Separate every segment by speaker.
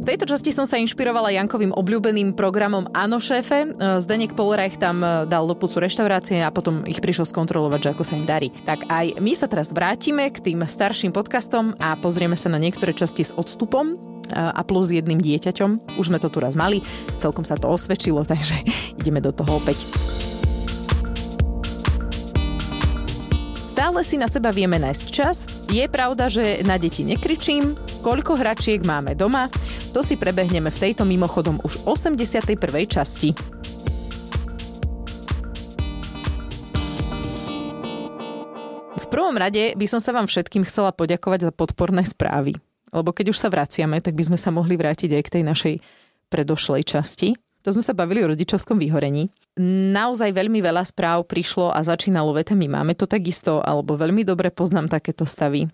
Speaker 1: V tejto časti som sa inšpirovala Jankovým obľúbeným programom Áno šéfe. E, Zdenek Polreich tam e, dal lopúcu reštaurácie a potom ich prišiel skontrolovať, že ako sa im darí. Tak aj my sa teraz vrátime k tým starším podcastom a pozrieme sa na niektoré časti s odstupom e, a plus jedným dieťaťom. Už sme to tu raz mali, celkom sa to osvedčilo, takže ideme do toho opäť. Stále si na seba vieme nájsť čas. Je pravda, že na deti nekričím, koľko hračiek máme doma, to si prebehneme v tejto mimochodom už 81. časti. V prvom rade by som sa vám všetkým chcela poďakovať za podporné správy. Lebo keď už sa vraciame, tak by sme sa mohli vrátiť aj k tej našej predošlej časti. To sme sa bavili o rodičovskom vyhorení. Naozaj veľmi veľa správ prišlo a začínalo vetami máme to takisto, alebo veľmi dobre poznám takéto stavy.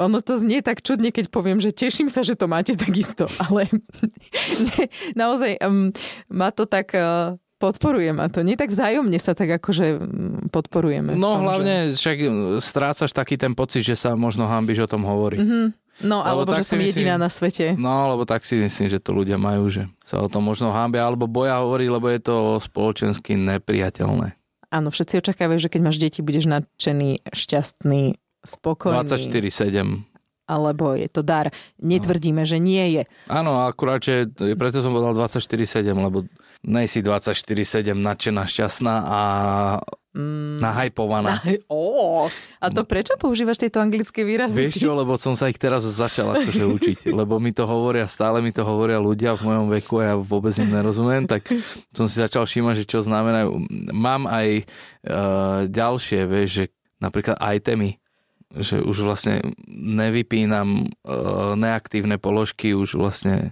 Speaker 1: Ono to znie tak čudne, keď poviem, že teším sa, že to máte takisto, ale ne, naozaj um, ma to tak uh, podporuje ma to. Nie tak vzájomne sa tak akože podporujeme.
Speaker 2: No tom, hlavne že... však strácaš taký ten pocit, že sa možno hambiš o tom hovoriť.
Speaker 1: Mm-hmm. No, alebo lebo že som myslím, jediná na svete.
Speaker 2: No, lebo tak si myslím, že to ľudia majú, že sa o tom možno hábia, alebo boja hovoriť, lebo je to spoločensky nepriateľné.
Speaker 1: Áno, všetci očakávajú, že keď máš deti, budeš nadšený, šťastný, spokojný.
Speaker 2: 24-7.
Speaker 1: Alebo je to dar. Netvrdíme, no. že nie je.
Speaker 2: Áno, akurát, že preto som povedal 24-7, lebo nejsi 24-7 nadšená, šťastná a Mm.
Speaker 1: Na,
Speaker 2: Nahajpovaná.
Speaker 1: oh, a to prečo používaš tieto anglické výrazy?
Speaker 2: No. Vieš čo, lebo som sa ich teraz začal akože učiť, lebo mi to hovoria, stále mi to hovoria ľudia v mojom veku a ja vôbec im nerozumiem, tak som si začal všímať, že čo znamenajú. Mám aj uh, ďalšie, vieš, že napríklad itemy, že už vlastne nevypínam uh, neaktívne položky, už vlastne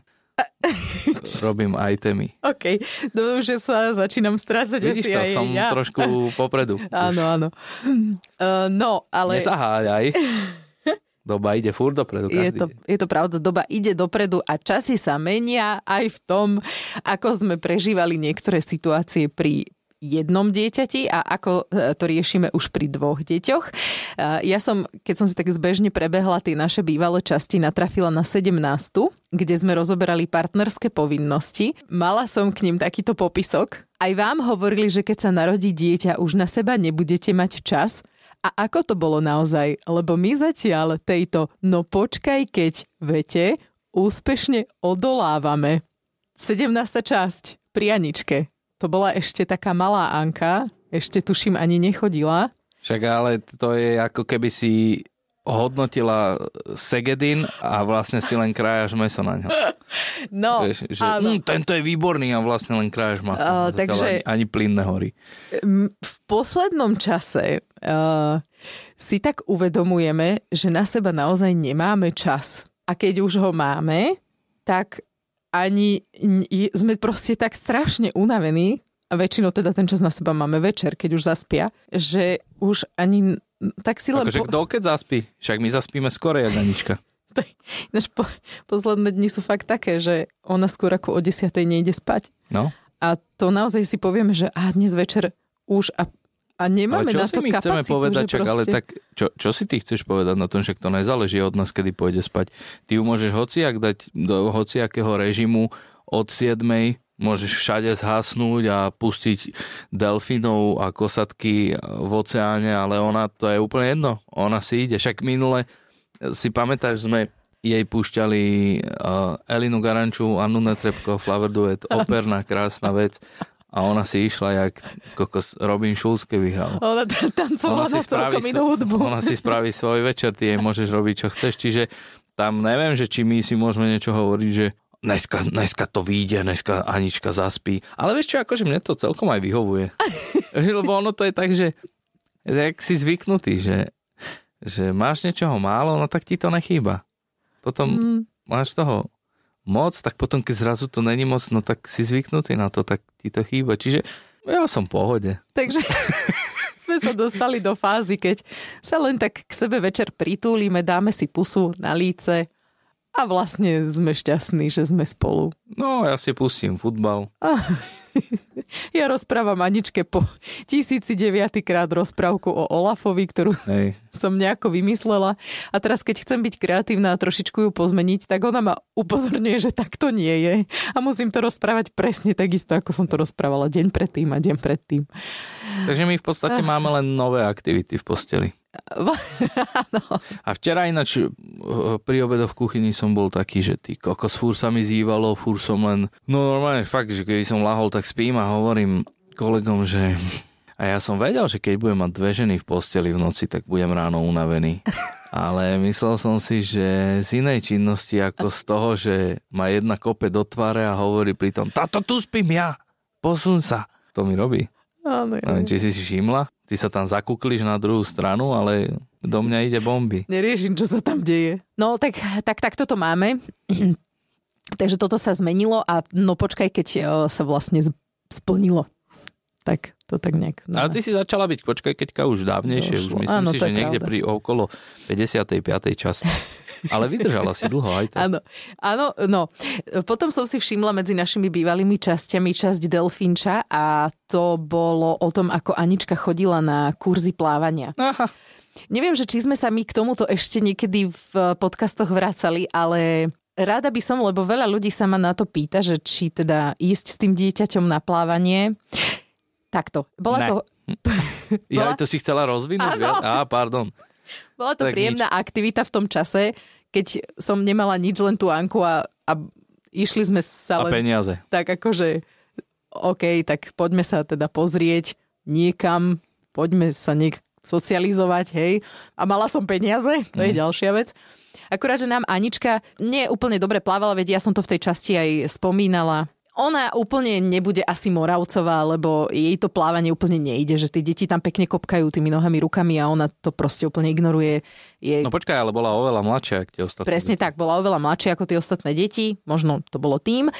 Speaker 2: robím itemy.
Speaker 1: OK, no už sa začínam strácať
Speaker 2: Vidíš
Speaker 1: asi
Speaker 2: to,
Speaker 1: aj
Speaker 2: som
Speaker 1: ja.
Speaker 2: trošku popredu.
Speaker 1: áno, áno. Uh, no, ale...
Speaker 2: Nezaháľaj. Doba ide furt dopredu
Speaker 1: každý je to, deň. je to pravda, doba ide dopredu a časy sa menia aj v tom, ako sme prežívali niektoré situácie pri jednom dieťati a ako e, to riešime už pri dvoch deťoch. E, Ja som, keď som si tak zbežne prebehla tie naše bývalé časti, natrafila na 17 kde sme rozoberali partnerské povinnosti. Mala som k ním takýto popisok. Aj vám hovorili, že keď sa narodí dieťa, už na seba nebudete mať čas. A ako to bolo naozaj? Lebo my zatiaľ tejto no počkaj keď vete úspešne odolávame. 17. časť pri Aničke. To bola ešte taká malá Anka, ešte tuším ani nechodila.
Speaker 2: Však ale to je ako keby si hodnotila Segedin a vlastne si len krájaš meso na ňo.
Speaker 1: No,
Speaker 2: Vieš, že, áno. Hm, tento je výborný a vlastne len krájaš maso. Uh, takže, ani, ani plyn nehorí.
Speaker 1: V poslednom čase uh, si tak uvedomujeme, že na seba naozaj nemáme čas. A keď už ho máme, tak ani sme proste tak strašne unavení, a väčšinou teda ten čas na seba máme večer, keď už zaspia, že už ani tak si len...
Speaker 2: Akože po... kto keď zaspí? Však my zaspíme skoro jedanička.
Speaker 1: Ináč po, posledné dni sú fakt také, že ona skôr ako o 10. nejde spať.
Speaker 2: No.
Speaker 1: A to naozaj si povieme, že a dnes večer už a, a nemáme
Speaker 2: ale čo
Speaker 1: na
Speaker 2: si
Speaker 1: to
Speaker 2: my
Speaker 1: kapacitu.
Speaker 2: chceme povedať,
Speaker 1: že
Speaker 2: čak,
Speaker 1: proste...
Speaker 2: ale tak, čo, čo si ty chceš povedať na tom, že to nezáleží od nás, kedy pôjde spať. Ty ju môžeš hociak dať do hociakého režimu od 7. Môžeš všade zhasnúť a pustiť delfinov a kosatky v oceáne, ale ona to je úplne jedno. Ona si ide. Však minule si pamätáš, sme jej púšťali uh, Elinu Garanču, Annu Netrebko, Flavor Duet, operná krásna vec a ona si išla, jak kokos Robin Schulz, keď vyhral.
Speaker 1: Ona t- tancovala na celkom inú hudbu.
Speaker 2: ona si spraví svoj večer, ty jej môžeš robiť, čo chceš. Čiže tam neviem, že či my si môžeme niečo hovoriť, že dneska, dneska to vyjde, dneska Anička zaspí. Ale vieš čo, akože mne to celkom aj vyhovuje. Lebo ono to je tak, že jak si zvyknutý, že, že máš niečoho málo, no tak ti to nechýba. Potom mm. máš toho moc, tak potom keď zrazu to není moc, no tak si zvyknutý na to, tak ti to chýba. Čiže ja som v pohode.
Speaker 1: Takže sme sa dostali do fázy, keď sa len tak k sebe večer pritúlime, dáme si pusu na líce a vlastne sme šťastní, že sme spolu.
Speaker 2: No, ja si pustím futbal.
Speaker 1: Ja rozprávam Aničke po 1009 krát rozprávku o Olafovi, ktorú
Speaker 2: Hej.
Speaker 1: som nejako vymyslela. A teraz, keď chcem byť kreatívna a trošičku ju pozmeniť, tak ona ma upozorňuje, že takto nie je. A musím to rozprávať presne takisto, ako som to rozprávala deň predtým a deň predtým.
Speaker 2: Takže my v podstate máme len nové aktivity v posteli.
Speaker 1: Áno.
Speaker 2: A včera ináč e, pri obede v kuchyni som bol taký, že ty kokos, fúr sa mi zývalo, fúr som len... No normálne fakt, že keby som lahol, tak spím a hovorím kolegom, že... A ja som vedel, že keď budem mať dve ženy v posteli v noci, tak budem ráno unavený. Ale myslel som si, že z inej činnosti ako z toho, že ma jedna kope do tváre a hovorí pritom, táto tu spím ja, posun sa. To mi robí.
Speaker 1: Áno.
Speaker 2: Neviem, či si si všimla, ty sa tam zakúkliš na druhú stranu, ale do mňa ide bomby.
Speaker 1: Neriešim, čo sa tam deje. No, tak, tak, tak toto máme. Takže toto sa zmenilo a no počkaj, keď o, sa vlastne z- splnilo. Tak to tak nejak. no.
Speaker 2: Ale No. ty si začala byť, počkaj, keďka už dávnejšie, už
Speaker 1: Došlo.
Speaker 2: myslím
Speaker 1: Áno,
Speaker 2: si,
Speaker 1: to
Speaker 2: že
Speaker 1: je
Speaker 2: niekde
Speaker 1: pravda.
Speaker 2: pri okolo 55. časti. Ale vydržala si dlho aj tak.
Speaker 1: Áno, áno, no. Potom som si všimla medzi našimi bývalými časťami časť Delfínča a to bolo o tom, ako Anička chodila na kurzy plávania.
Speaker 2: Aha,
Speaker 1: Neviem, že či sme sa my k tomuto ešte niekedy v eh, podcastoch vracali, ale rada by som, lebo veľa ľudí sa ma na to pýta, že či teda ísť s tým dieťaťom na plávanie. Takto. Bola
Speaker 2: Ne.
Speaker 1: to,
Speaker 2: ja
Speaker 1: Bola-
Speaker 2: to si chcela
Speaker 1: Áno.
Speaker 2: rozvinúť. viac? Á, pardon.
Speaker 1: bola to
Speaker 2: Tak nič.
Speaker 1: príjemná aktivita v tom čase, keď som nemala nič, len tú Anku a, a išli sme sa
Speaker 2: A
Speaker 1: len
Speaker 2: peniaze.
Speaker 1: tak akože OK, tak poďme sa teda pozrieť niekam, poďme sa niek socializovať, hej. A mala som peniaze, to je ďalšia vec. Mhm. Akurát, že nám Anička nie úplne dobre plávala, veď ja som to v tej časti aj spomínala. Ona úplne nebude asi Moravcová, lebo jej to plávanie úplne nejde, že tie deti tam pekne kopkajú tými nohami, rukami a ona to proste úplne ignoruje. Je
Speaker 2: No počkaj, ale bola oveľa mladšia, ako tie ostatní.
Speaker 1: Presne tak, bola oveľa mladšia ako tie ostatné deti, možno to bolo tým.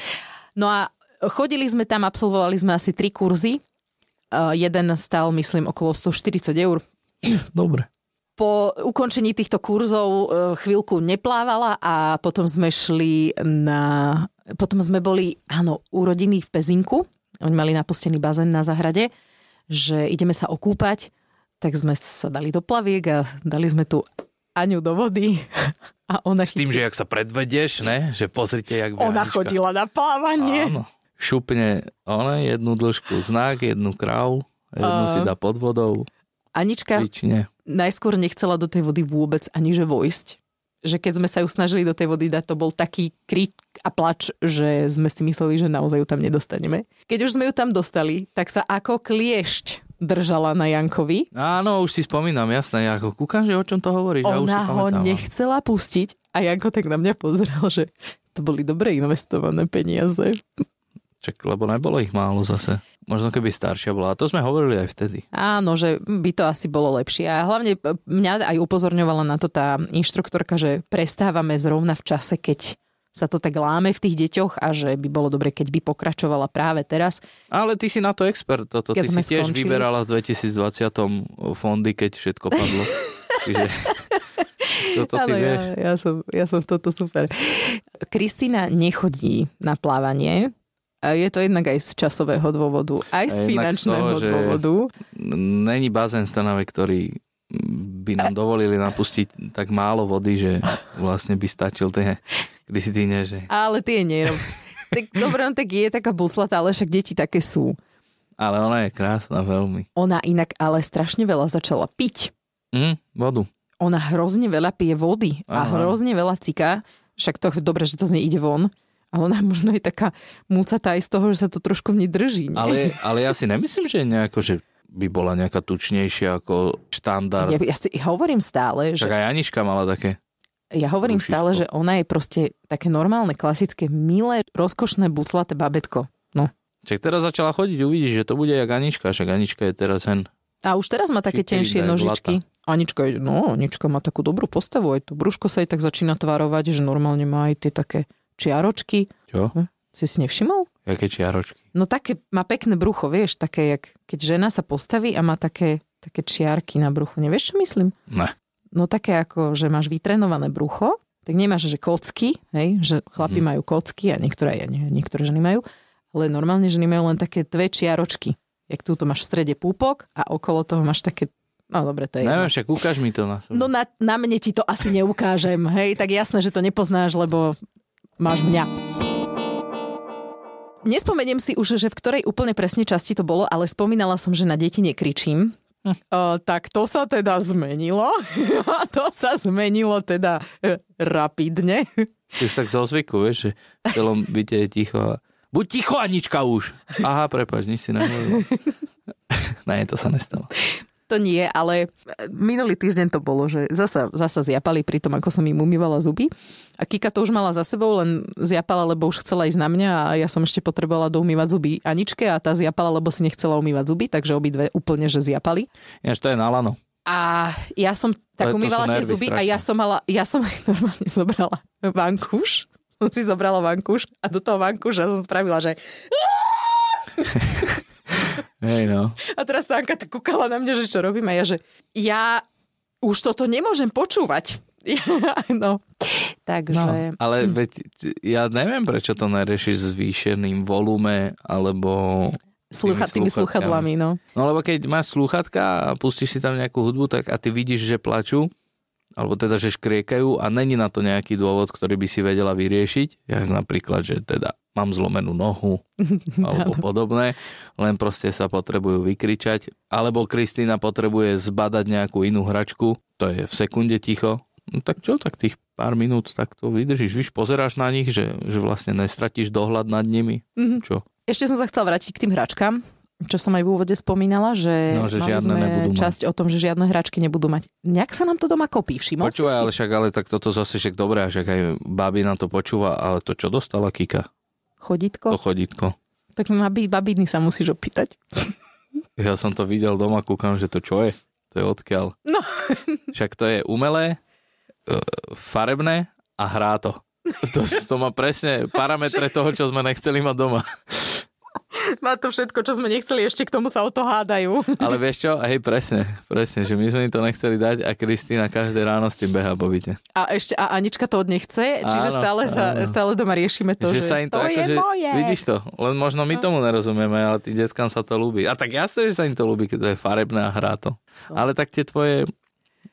Speaker 1: No a chodili sme tam, absolvovali sme asi tri kurzy. Eh, Jeden stal, myslím, okolo 140 eur.
Speaker 2: Dobre.
Speaker 1: Po ukončení týchto kurzov eh, chvíľku neplávala a potom sme šli na... Potom sme boli, áno, u rodiny v Pezinku. Oni mali napustený bazén na zahrade, že ideme sa okúpať. Tak sme sa dali do plaviek a dali sme tu Aňu do vody. A ona
Speaker 2: S tým, že ak sa predvedieš, ne? že pozrite, jak
Speaker 1: Ona
Speaker 2: Vianička-
Speaker 1: chodila na plávanie.
Speaker 2: Áno. Šupne ona jednu dĺžku znak, jednu kráv, jednu si dá pod vodou,
Speaker 1: Anička
Speaker 2: prične.
Speaker 1: najskôr nechcela do tej vody vôbec aniže vojsť. Že keď sme sa ju snažili do tej vody dať, to bol taký krik a plač, že sme si mysleli, že naozaj ju tam nedostaneme. Keď už sme ju tam dostali, tak sa ako kliešť držala na Jankovi.
Speaker 2: Áno, už si spomínam, jasné, ja ako kúkam, že o čom to hovoríš. ja už si
Speaker 1: Ona ho
Speaker 2: pamätám. no.
Speaker 1: nechcela pustiť a Janko tak na mňa pozrel, že to boli dobre investované peniaze.
Speaker 2: Čak, lebo nebolo ich málo zase. Možno keby staršia bola. A to sme hovorili aj vtedy.
Speaker 1: Áno, že by to asi bolo lepšie. A hlavne p- mňa aj upozorňovala na to tá inštruktorka, že prestávame zrovna v čase, keď sa to tak láme v tých deťoch a že by bolo dobre, keď by pokračovala práve teraz.
Speaker 2: Ale ty si na to expert. Toto.
Speaker 1: Keď
Speaker 2: Ty
Speaker 1: sme
Speaker 2: si tiež
Speaker 1: skončili.
Speaker 2: vyberala v 2020 fondy, keď všetko padlo. Čiže toto ty
Speaker 1: Ale ja,
Speaker 2: vieš.
Speaker 1: ja, som, ja som v toto super. Kristina nechodí na plávanie. A Je to jednak aj z časového dôvodu, aj z
Speaker 2: A jednak z
Speaker 1: finančného
Speaker 2: toho, že-
Speaker 1: dôvodu.
Speaker 2: Není bazén v Trnave, ktorý by nám dovolili napustiť tak málo vody, že vlastne by stačil tie Kristýne, že...
Speaker 1: Ale tie nie. no. tak, dobre, no tak je taká buclata, ale však deti také sú.
Speaker 2: Ale ona je krásna veľmi.
Speaker 1: Ona inak ale strašne veľa začala piť.
Speaker 2: Mm, vodu.
Speaker 1: ona hrozne veľa pije vody a
Speaker 2: Áno.
Speaker 1: hrozne veľa ciká. Však to dobre, že to z nej ide von. Ale ona možno je taká múcatá aj z toho, že sa to trošku v nej drží. Nie?
Speaker 2: Ale, ale ja si nemyslím, že nejako, že by bola nejaká tučnejšia ako štandard.
Speaker 1: Ja, ja si hovorím stále,
Speaker 2: Však
Speaker 1: že,
Speaker 2: aj Anička mala také.
Speaker 1: ja hovorím
Speaker 2: rušisko.
Speaker 1: stále, že ona je proste také normálne, klasické, milé, rozkošné, buclaté babetko.
Speaker 2: Čak teraz začala chodiť, uvidíš, že to bude jak Anička. Však Anička je teraz hen.
Speaker 1: A už teraz má také
Speaker 2: Čiperina
Speaker 1: tenšie
Speaker 2: je
Speaker 1: nožičky. Anička, je- no, Anička má takú dobrú postavu, aj to brúško sa jej tak začína tvarovať, že normálne má aj tie také čiaročky.
Speaker 2: Čo?
Speaker 1: Si si nevšimol?
Speaker 2: Jaké čiaročky.
Speaker 1: No také, má pekné brucho, vieš, také, jak, keď žena sa postaví a má také, také čiarky na bruchu. Nevieš, čo myslím?
Speaker 2: Ne.
Speaker 1: No také ako, že máš vytrenované brucho tak nemáš, že kocky, hej, že chlapi mm. majú kocky a niektoré, ja neviem, niektoré ženy majú, ale normálne ženy majú len také dve čiaročky. Jak túto máš v strede púpok a okolo toho máš také No dobre, to je... jedno.
Speaker 2: Neviem, však ukáž mi to na sebe.
Speaker 1: No na, na mne ti to asi neukážem, hej, tak jasné, že to nepoznáš, lebo máš mňa. Nespomeniem si už, že v ktorej úplne presne časti to bolo, ale spomínala som, že na deti nekričím. Uh, tak to sa teda zmenilo. A to sa zmenilo teda eh, rapidne.
Speaker 2: Ty už tak zo zvyku, vieš, že v celom byte je ticho. A... Buď ticho, Anička, už! Aha, prepáč, nič si nemôžem. ne, to sa nestalo.
Speaker 1: To nie, ale e, minulý týždeň to bolo, že zasa, zasa zjapali pri tom, ako som im umývala zuby. A Kika to už mala za sebou, len zjapala, lebo už chcela ísť na mňa a ja som ešte potrebovala doumývať zuby Aničke a tá zjapala, lebo si nechcela umývať zuby, takže obidve úplne, že zjapali.
Speaker 2: Ináč to je na lano.
Speaker 1: A ja som tak
Speaker 2: To- to sú
Speaker 1: umývala tie
Speaker 2: nervy
Speaker 1: zuby a
Speaker 2: strašné.
Speaker 1: ja som mala, ja som normálne zobrala vankúš, som si zobrala vankúš a do toho vankúša som spravila, že
Speaker 2: Hej, no.
Speaker 1: a teraz tá Anka tak kúkala na mňa, že čo robím a ja, že ja už toto nemôžem počúvať. no. Takže...
Speaker 2: no. Ale veď, ja neviem, prečo to neriešiš s zvýšeným volume, alebo...
Speaker 1: Slucha, tými
Speaker 2: tými
Speaker 1: sluchadlami, no.
Speaker 2: No lebo keď máš slúchatka a pustíš si tam nejakú hudbu, tak a ty vidíš, že plačú, alebo teda, že škriekajú a není na to nejaký dôvod, ktorý by si vedela vyriešiť, jak napríklad, že teda mám zlomenú nohu alebo podobné, len proste sa potrebujú vykričať. Alebo Kristýna potrebuje zbadať nejakú inú hračku, to je v sekunde ticho. No tak čo, tak tých pár minút tak to vydržíš, víš, pozeráš na nich, že, že vlastne nestratíš dohľad nad nimi.
Speaker 1: Mhm.
Speaker 2: Čo?
Speaker 1: Ešte som sa chcela vrátiť k tým hračkám, čo som aj v úvode spomínala, že,
Speaker 2: No, že
Speaker 1: mali
Speaker 2: žiadne
Speaker 1: sme
Speaker 2: nebudú mať.
Speaker 1: časť o tom, že žiadne hračky nebudú mať. Nejak sa nám to doma kopí, všimol si
Speaker 2: Počúvaj,
Speaker 1: si?
Speaker 2: ale však ale tak toto zase však dobré, však aj babi na to počúva, ale to čo dostala Kika? To
Speaker 1: Chodítko?
Speaker 2: chodítko.
Speaker 1: Tak babi, babiny sa musíš opýtať.
Speaker 2: Ja som to videl doma, kúkam, že to čo je? To je odkiaľ.
Speaker 1: No.
Speaker 2: Však to je umelé, e, farebné a hrá to. To, to má presne parametre toho, čo sme nechceli mať doma.
Speaker 1: Má to všetko, čo sme nechceli, ešte k tomu sa o to hádajú.
Speaker 2: Ale vieš čo? Hej, presne, presne, že my sme im to nechceli dať a Kristýna každé ráno s tým beha po byte.
Speaker 1: A ešte a Anička to od nech chce, čiže
Speaker 2: Áno,
Speaker 1: stále, sa,
Speaker 2: áno.
Speaker 1: stále doma riešime to, že,
Speaker 2: že, sa im
Speaker 1: to
Speaker 2: to, ako,
Speaker 1: je
Speaker 2: že,
Speaker 1: moje. No.
Speaker 2: Vidíš to, len možno my tomu nerozumieme, ale tým deckám sa to ľúbi. A tak jasné, že sa im to ľúbi, keď to je farebné a hrá to.
Speaker 1: No.
Speaker 2: Ale tak tie tvoje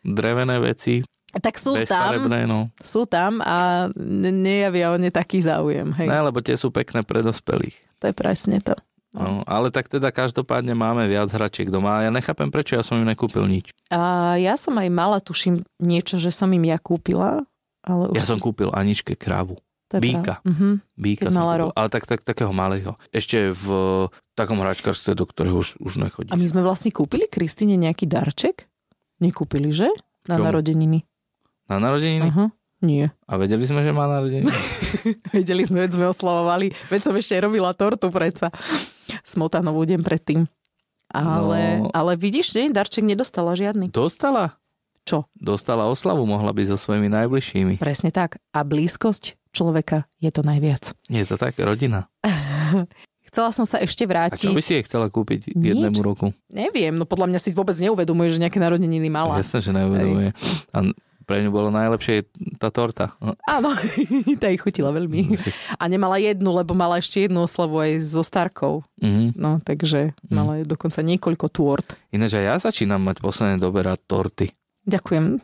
Speaker 2: drevené veci,
Speaker 1: Tak sú tam,
Speaker 2: bezfarebné, no.
Speaker 1: sú tam a ne- nejavia o ne taký záujem. Hej.
Speaker 2: Ne, lebo tie sú pekné pre dospelých.
Speaker 1: To je presne to.
Speaker 2: No, ale tak teda každopádne máme viac hračiek doma. Ja nechápem, prečo ja som im nekúpil nič.
Speaker 1: A ja som aj mala, tuším, niečo, že som im ja kúpila, ale už
Speaker 2: Ja som kúpil Aničke kravu.
Speaker 1: to je
Speaker 2: býka.
Speaker 1: Uh-huh. Keď
Speaker 2: Býka som
Speaker 1: mala
Speaker 2: kúpil,
Speaker 1: rok.
Speaker 2: ale tak, tak, takého malého. Ešte v takom hračkarstve, do ktorého už, už nechodí.
Speaker 1: A my sme vlastne kúpili Kristine nejaký darček? Nekúpili, že? Na
Speaker 2: K čomu?
Speaker 1: narodeniny.
Speaker 2: Na narodeniny?
Speaker 1: Aha. Nie.
Speaker 2: A vedeli sme, že má narodeniny?
Speaker 1: Vedeli sme, veď sme oslavovali. Veď som ešte aj robila tortu predsa. Smotanovú deň predtým. Ale,
Speaker 2: No.
Speaker 1: ale vidíš, že darček nedostala žiadny.
Speaker 2: Dostala?
Speaker 1: Čo?
Speaker 2: Dostala oslavu, mohla byť so svojimi najbližšími.
Speaker 1: Presne tak. A blízkosť človeka je to najviac.
Speaker 2: Je to tak, rodina.
Speaker 1: Chcela som sa ešte
Speaker 2: A čo
Speaker 1: vrátiť.
Speaker 2: by si jej chcela kúpiť
Speaker 1: Nič.
Speaker 2: jednému roku?
Speaker 1: Neviem, no podľa mňa si vôbec neuvedomuje, že nejaké narodeniny mala.
Speaker 2: Jasné, že neuvedomuje. A pre ňu bolo najlepšie tá torta. No,
Speaker 1: Áno, tá ich chutila veľmi. A nemala jednu, lebo mala ešte jednu oslavu aj so Starkou.
Speaker 2: mhm.
Speaker 1: No, takže
Speaker 2: Hm.
Speaker 1: mala dokonca niekoľko tôrt.
Speaker 2: Ináč aj ja začínam mať v poslednej dobe rád torty.
Speaker 1: Ďakujem.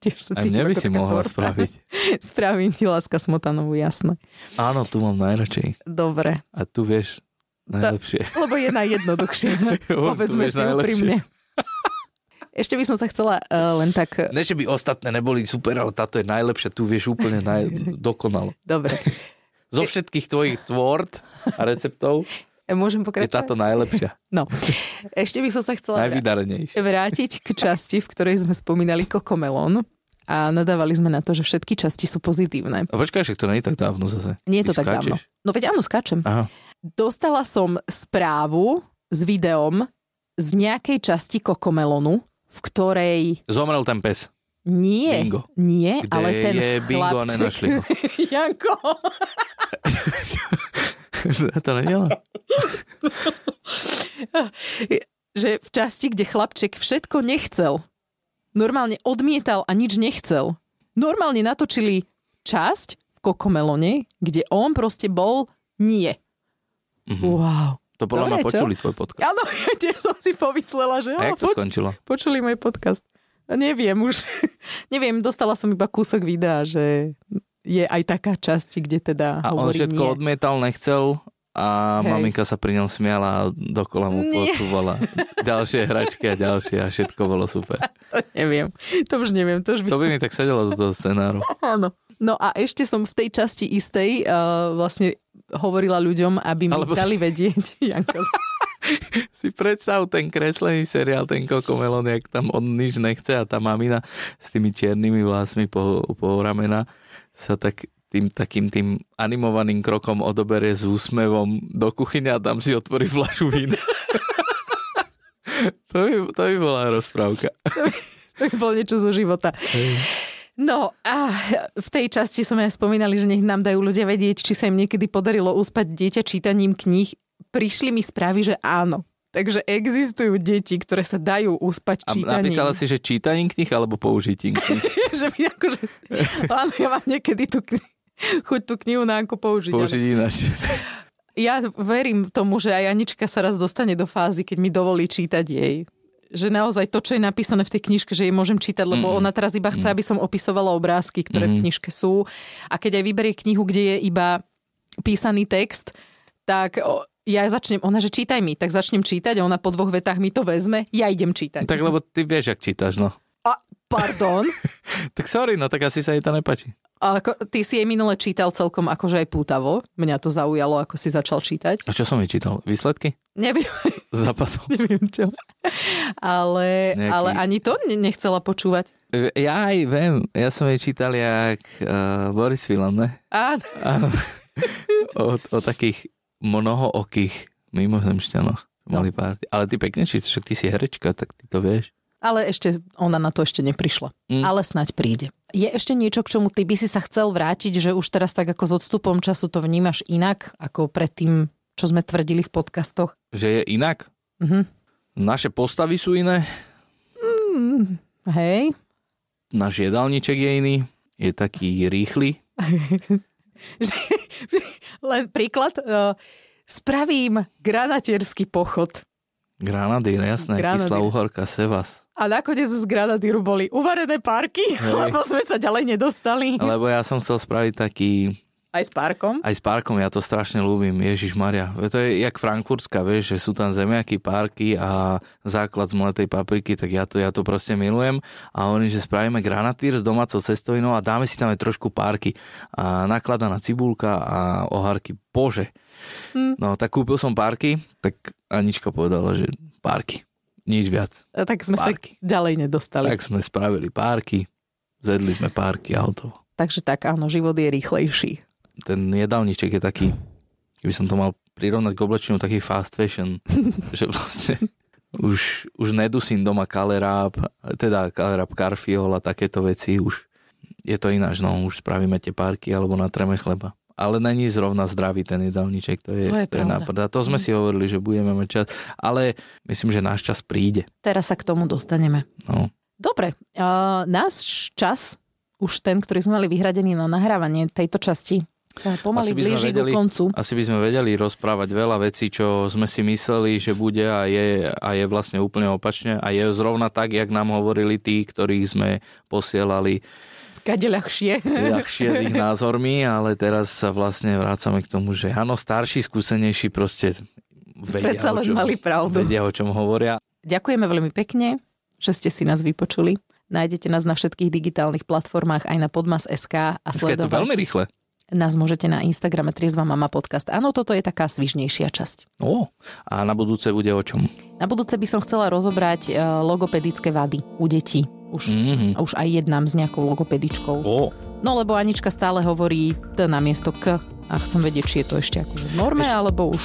Speaker 1: Tiež sa
Speaker 2: Aj
Speaker 1: cítim
Speaker 2: mne by
Speaker 1: ako
Speaker 2: si
Speaker 1: taká
Speaker 2: mohla
Speaker 1: torta.
Speaker 2: spraviť.
Speaker 1: Spravím ti láska smotanovu, jasné.
Speaker 2: Áno, tu mám najradšej.
Speaker 1: Dobre,
Speaker 2: A tu vieš najlepšie.
Speaker 1: lebo je najjednoduchšie.
Speaker 2: Jo,
Speaker 1: Povedzme
Speaker 2: tu vieš
Speaker 1: si
Speaker 2: najlepšie.
Speaker 1: úprimne. Ešte by som sa chcela eh, len tak
Speaker 2: Ne, že by ostatné neboli super, ale táto je najlepšia. Tu vieš úplne naj... dokonalo.
Speaker 1: Dobre.
Speaker 2: Zo všetkých tvojich tvort a receptov
Speaker 1: Eh, Môžem
Speaker 2: je
Speaker 1: pokračovať?
Speaker 2: táto najlepšia.
Speaker 1: No. Ešte by som sa chcela vrá-
Speaker 2: Najvydarenejšia.
Speaker 1: vrátiť k časti, v ktorej sme spomínali kokomelon a nadávali sme na to, že všetky časti sú pozitívne.
Speaker 2: A počkaj, však to nie je tak dávno zase.
Speaker 1: Nie je to
Speaker 2: Ty
Speaker 1: tak dávno.
Speaker 2: skáčeš.
Speaker 1: No veď áno, skáčem.
Speaker 2: Aha.
Speaker 1: Dostala som správu s videom z nejakej časti kokomelonu, v ktorej
Speaker 2: Zomrel ten pes.
Speaker 1: nie,
Speaker 2: Bingo.
Speaker 1: nie,
Speaker 2: Kde
Speaker 1: ale ten
Speaker 2: je bingo a
Speaker 1: chlapček...
Speaker 2: nenašli ho.
Speaker 1: Janko,
Speaker 2: to nedela.
Speaker 1: že v časti, kde chlapček všetko nechcel, normálne odmietal a nič nechcel, normálne natočili časť v Kokomelone, kde on proste bol nie.
Speaker 2: Mhm.
Speaker 1: Wow.
Speaker 2: To podľa
Speaker 1: Dobre,
Speaker 2: mňa
Speaker 1: čo? No,
Speaker 2: počuli tvoj podcast.
Speaker 1: Áno, ja tiež som si pomyslela, že
Speaker 2: A
Speaker 1: á,
Speaker 2: jak to
Speaker 1: poč-
Speaker 2: skončilo?
Speaker 1: počuli môj podcast. Neviem už. Neviem, dostala som iba kúsok videa, že je aj taká časť, kde teda
Speaker 2: A on
Speaker 1: hovorí
Speaker 2: všetko
Speaker 1: nie.
Speaker 2: odmietal, nechcel a
Speaker 1: Hej.
Speaker 2: Hej. maminka sa pri ňom smiala a dokola mu
Speaker 1: Nie.
Speaker 2: posúvala ďalšie hračky a ďalšie a všetko bolo super.
Speaker 1: To neviem. To už neviem. To už by
Speaker 2: To by mi tak sedelo do toho scenáru.
Speaker 1: Áno. No a ešte som v tej časti istej uh, vlastne hovorila ľuďom, aby mi
Speaker 2: Alebo-
Speaker 1: dali vedieť, Janko,
Speaker 2: Si predstav ten kreslený seriál, ten Kokomelon, jak tam on nič nechce a tá mamina s tými čiernymi vlásmi po, po ramena sa tak tým takým tým animovaným krokom odoberie s úsmevom do kuchyne a tam si otvorí fľašu vína. to, by, to by bola rozprávka.
Speaker 1: to bolo niečo zo života. No a v tej časti som aj spomínali, že nech nám dajú ľudia vedieť, či sa im niekedy podarilo uspať dieťa čítaním kníh. Prišli mi správy, že áno. Takže existujú deti, ktoré sa dajú uspať
Speaker 2: A
Speaker 1: čítaním.
Speaker 2: napísala si, že čítaním knih alebo použitím knih.
Speaker 1: že mi akože... Áno, ja mám niekedy tú kni- chuť tú knihu na Anku použiť. ale-
Speaker 2: Použiť ináč.
Speaker 1: ja verím tomu, že aj Anička sa raz dostane do fázy, keď mi dovolí čítať jej. Že naozaj to, čo je napísané v tej knižke, že jej môžem čítať, lebo mm. ona teraz iba chce, aby som opisovala obrázky, ktoré mm. v knižke sú. A keď aj vyberie knihu, kde je iba písaný text, tak o, ja začnem, ona, že čítaj mi, tak začnem čítať a ona po dvoch vetách mi to vezme, ja idem čítať.
Speaker 2: Tak lebo ty vieš, ak čítaš, no.
Speaker 1: A, pardon,
Speaker 2: Tak sorry, no tak asi sa jej to nepačí.
Speaker 1: a ako, ty si jej minule čítal celkom akože aj pútavo. Mňa to zaujalo, ako si začal čítať.
Speaker 2: A čo som jej čítal? Výsledky?
Speaker 1: Neviem,
Speaker 2: Zápasov?
Speaker 1: neviem čo. Ale,
Speaker 2: Nejaký-
Speaker 1: ale ani to ne- nechcela počúvať.
Speaker 2: E, Ja aj viem, ja som jej čítal jak uh, Boris Filan, ne?
Speaker 1: Áno.
Speaker 2: Áno. o, o takých mnohookých mimozemšťanoch. Mali pár. Ale ty pekne čítaš, však ty si herečka, tak ty to vieš.
Speaker 1: Ale ešte, ona na to ešte neprišla. Mm.
Speaker 2: Mm.
Speaker 1: Ale snáď príde. Je ešte niečo, k čomu ty by si sa chcel vrátiť, že už teraz tak ako s odstupom času to vnímaš inak, ako predtým, čo sme tvrdili v podcastoch?
Speaker 2: Že je inak?
Speaker 1: Mhm.
Speaker 2: Naše postavy sú iné,
Speaker 1: Hej.
Speaker 2: náš jedálniček je iný, je taký rýchly.
Speaker 1: Len príklad. eh, Spravím granatierský pochod.
Speaker 2: Granadýr, jasné,
Speaker 1: Granadýr.
Speaker 2: kyslá uhorka, Sevas.
Speaker 1: A nakoniec z granadíru boli uvarené párky,
Speaker 2: Hej.
Speaker 1: lebo sme sa ďalej nedostali. Ale...
Speaker 2: Lebo ja som chcel spraviť taký
Speaker 1: Aj s párkom.
Speaker 2: Aj s parkom, ja to strašne ľúbim, Ježiš Maria. To je jak Frankfurtská, vieš, že sú tam zemiaky, parky a základ z mletej papriky, tak ja to, ja to proste milujem. A oni, že spravíme granatír s domácou cestovinou a dáme si tam aj trošku parky. A nakladaná cibulka a ohárky, bože.
Speaker 1: Hm.
Speaker 2: No tak kúpil som parky, tak Anička povedala, že parky, nič viac.
Speaker 1: A E, Tak sme
Speaker 2: Párky.
Speaker 1: sa ďalej nedostali.
Speaker 2: Tak sme spravili parky, zjedli sme parky a hotovo.
Speaker 1: Takže tak, áno, život je rýchlejší.
Speaker 2: ten jedálniček je taký, keby som to mal prirovnať k oblečeniu, taký fast fashion, že vlastne už, už nedusím doma kaleráb, teda kaleráb karfiol a takéto veci, už je to ináč, no už spravíme tie parky alebo natreme chleba. Ale není zrovna zdravý ten jedálniček, to je,
Speaker 1: To je
Speaker 2: pre
Speaker 1: pravda. Mhm.
Speaker 2: náprda. To sme si hovorili, že budeme mať čas, ale myslím, že náš čas príde.
Speaker 1: Teraz sa k tomu dostaneme.
Speaker 2: No.
Speaker 1: Dobre, uh, náš čas, už ten, ktorý sme mali vyhradený na nahrávanie tejto časti, sa pomaly
Speaker 2: Asi by sme
Speaker 1: blíži ku
Speaker 2: vedeli-
Speaker 1: koncu.
Speaker 2: Asi by sme vedeli rozprávať veľa vecí, čo sme si mysleli, že bude a je, a je vlastne úplne opačne. A je zrovna tak, jak nám hovorili tí, ktorých sme posielali
Speaker 1: Kade ľahšie.
Speaker 2: ľahšie s ich názormi, ale teraz sa vlastne vrácame k tomu, že áno, starší, skúsenejší proste vedia,
Speaker 1: Predsa
Speaker 2: o
Speaker 1: len
Speaker 2: čom, No.
Speaker 1: mali pravdu.
Speaker 2: vedia, o čom hovoria.
Speaker 1: Ďakujeme veľmi pekne, že ste si nás vypočuli. Nájdete nás na všetkých digitálnych platformách aj na podmas.sk a
Speaker 2: Dneska je
Speaker 1: sledovať
Speaker 2: to veľmi rýchle.
Speaker 1: nás môžete na Instagrame Triezva Mama Podcast. Áno, toto je taká svižnejšia časť.
Speaker 2: Ó, a na budúce bude o čom.
Speaker 1: Na budúce by som chcela rozobrať eh, logopedické vady u detí. Už,
Speaker 2: Mhm.
Speaker 1: už aj jednám s nejakou logopedičkou.
Speaker 2: Ó,
Speaker 1: No lebo Anička stále hovorí T na miesto K a chcem vedieť, či je to ešte akože v norme,
Speaker 2: Ešte-
Speaker 1: alebo už...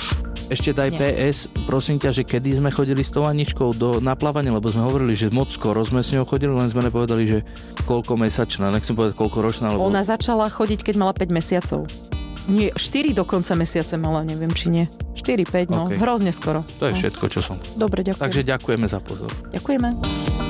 Speaker 2: Ešte daj
Speaker 1: Nie.
Speaker 2: PS, prosím ťa, že kedy sme chodili s tou Aničkou do naplávania, lebo sme hovorili, že moc skoro sme s ňou chodili, len sme nepovedali, že koľko mesačná, nechcem povedať koľko ročná, lebo
Speaker 1: Ona začala chodiť, keď mala 5 mesiacov. Nie, 4 do konca mesiace mala, neviem či nie. 4, 5, no,
Speaker 2: Ok.
Speaker 1: hrozne skoro.
Speaker 2: to je všetko, čo som.
Speaker 1: Dobre, ďakujem.
Speaker 2: Takže ďakujeme za pozor.
Speaker 1: Ďakujeme.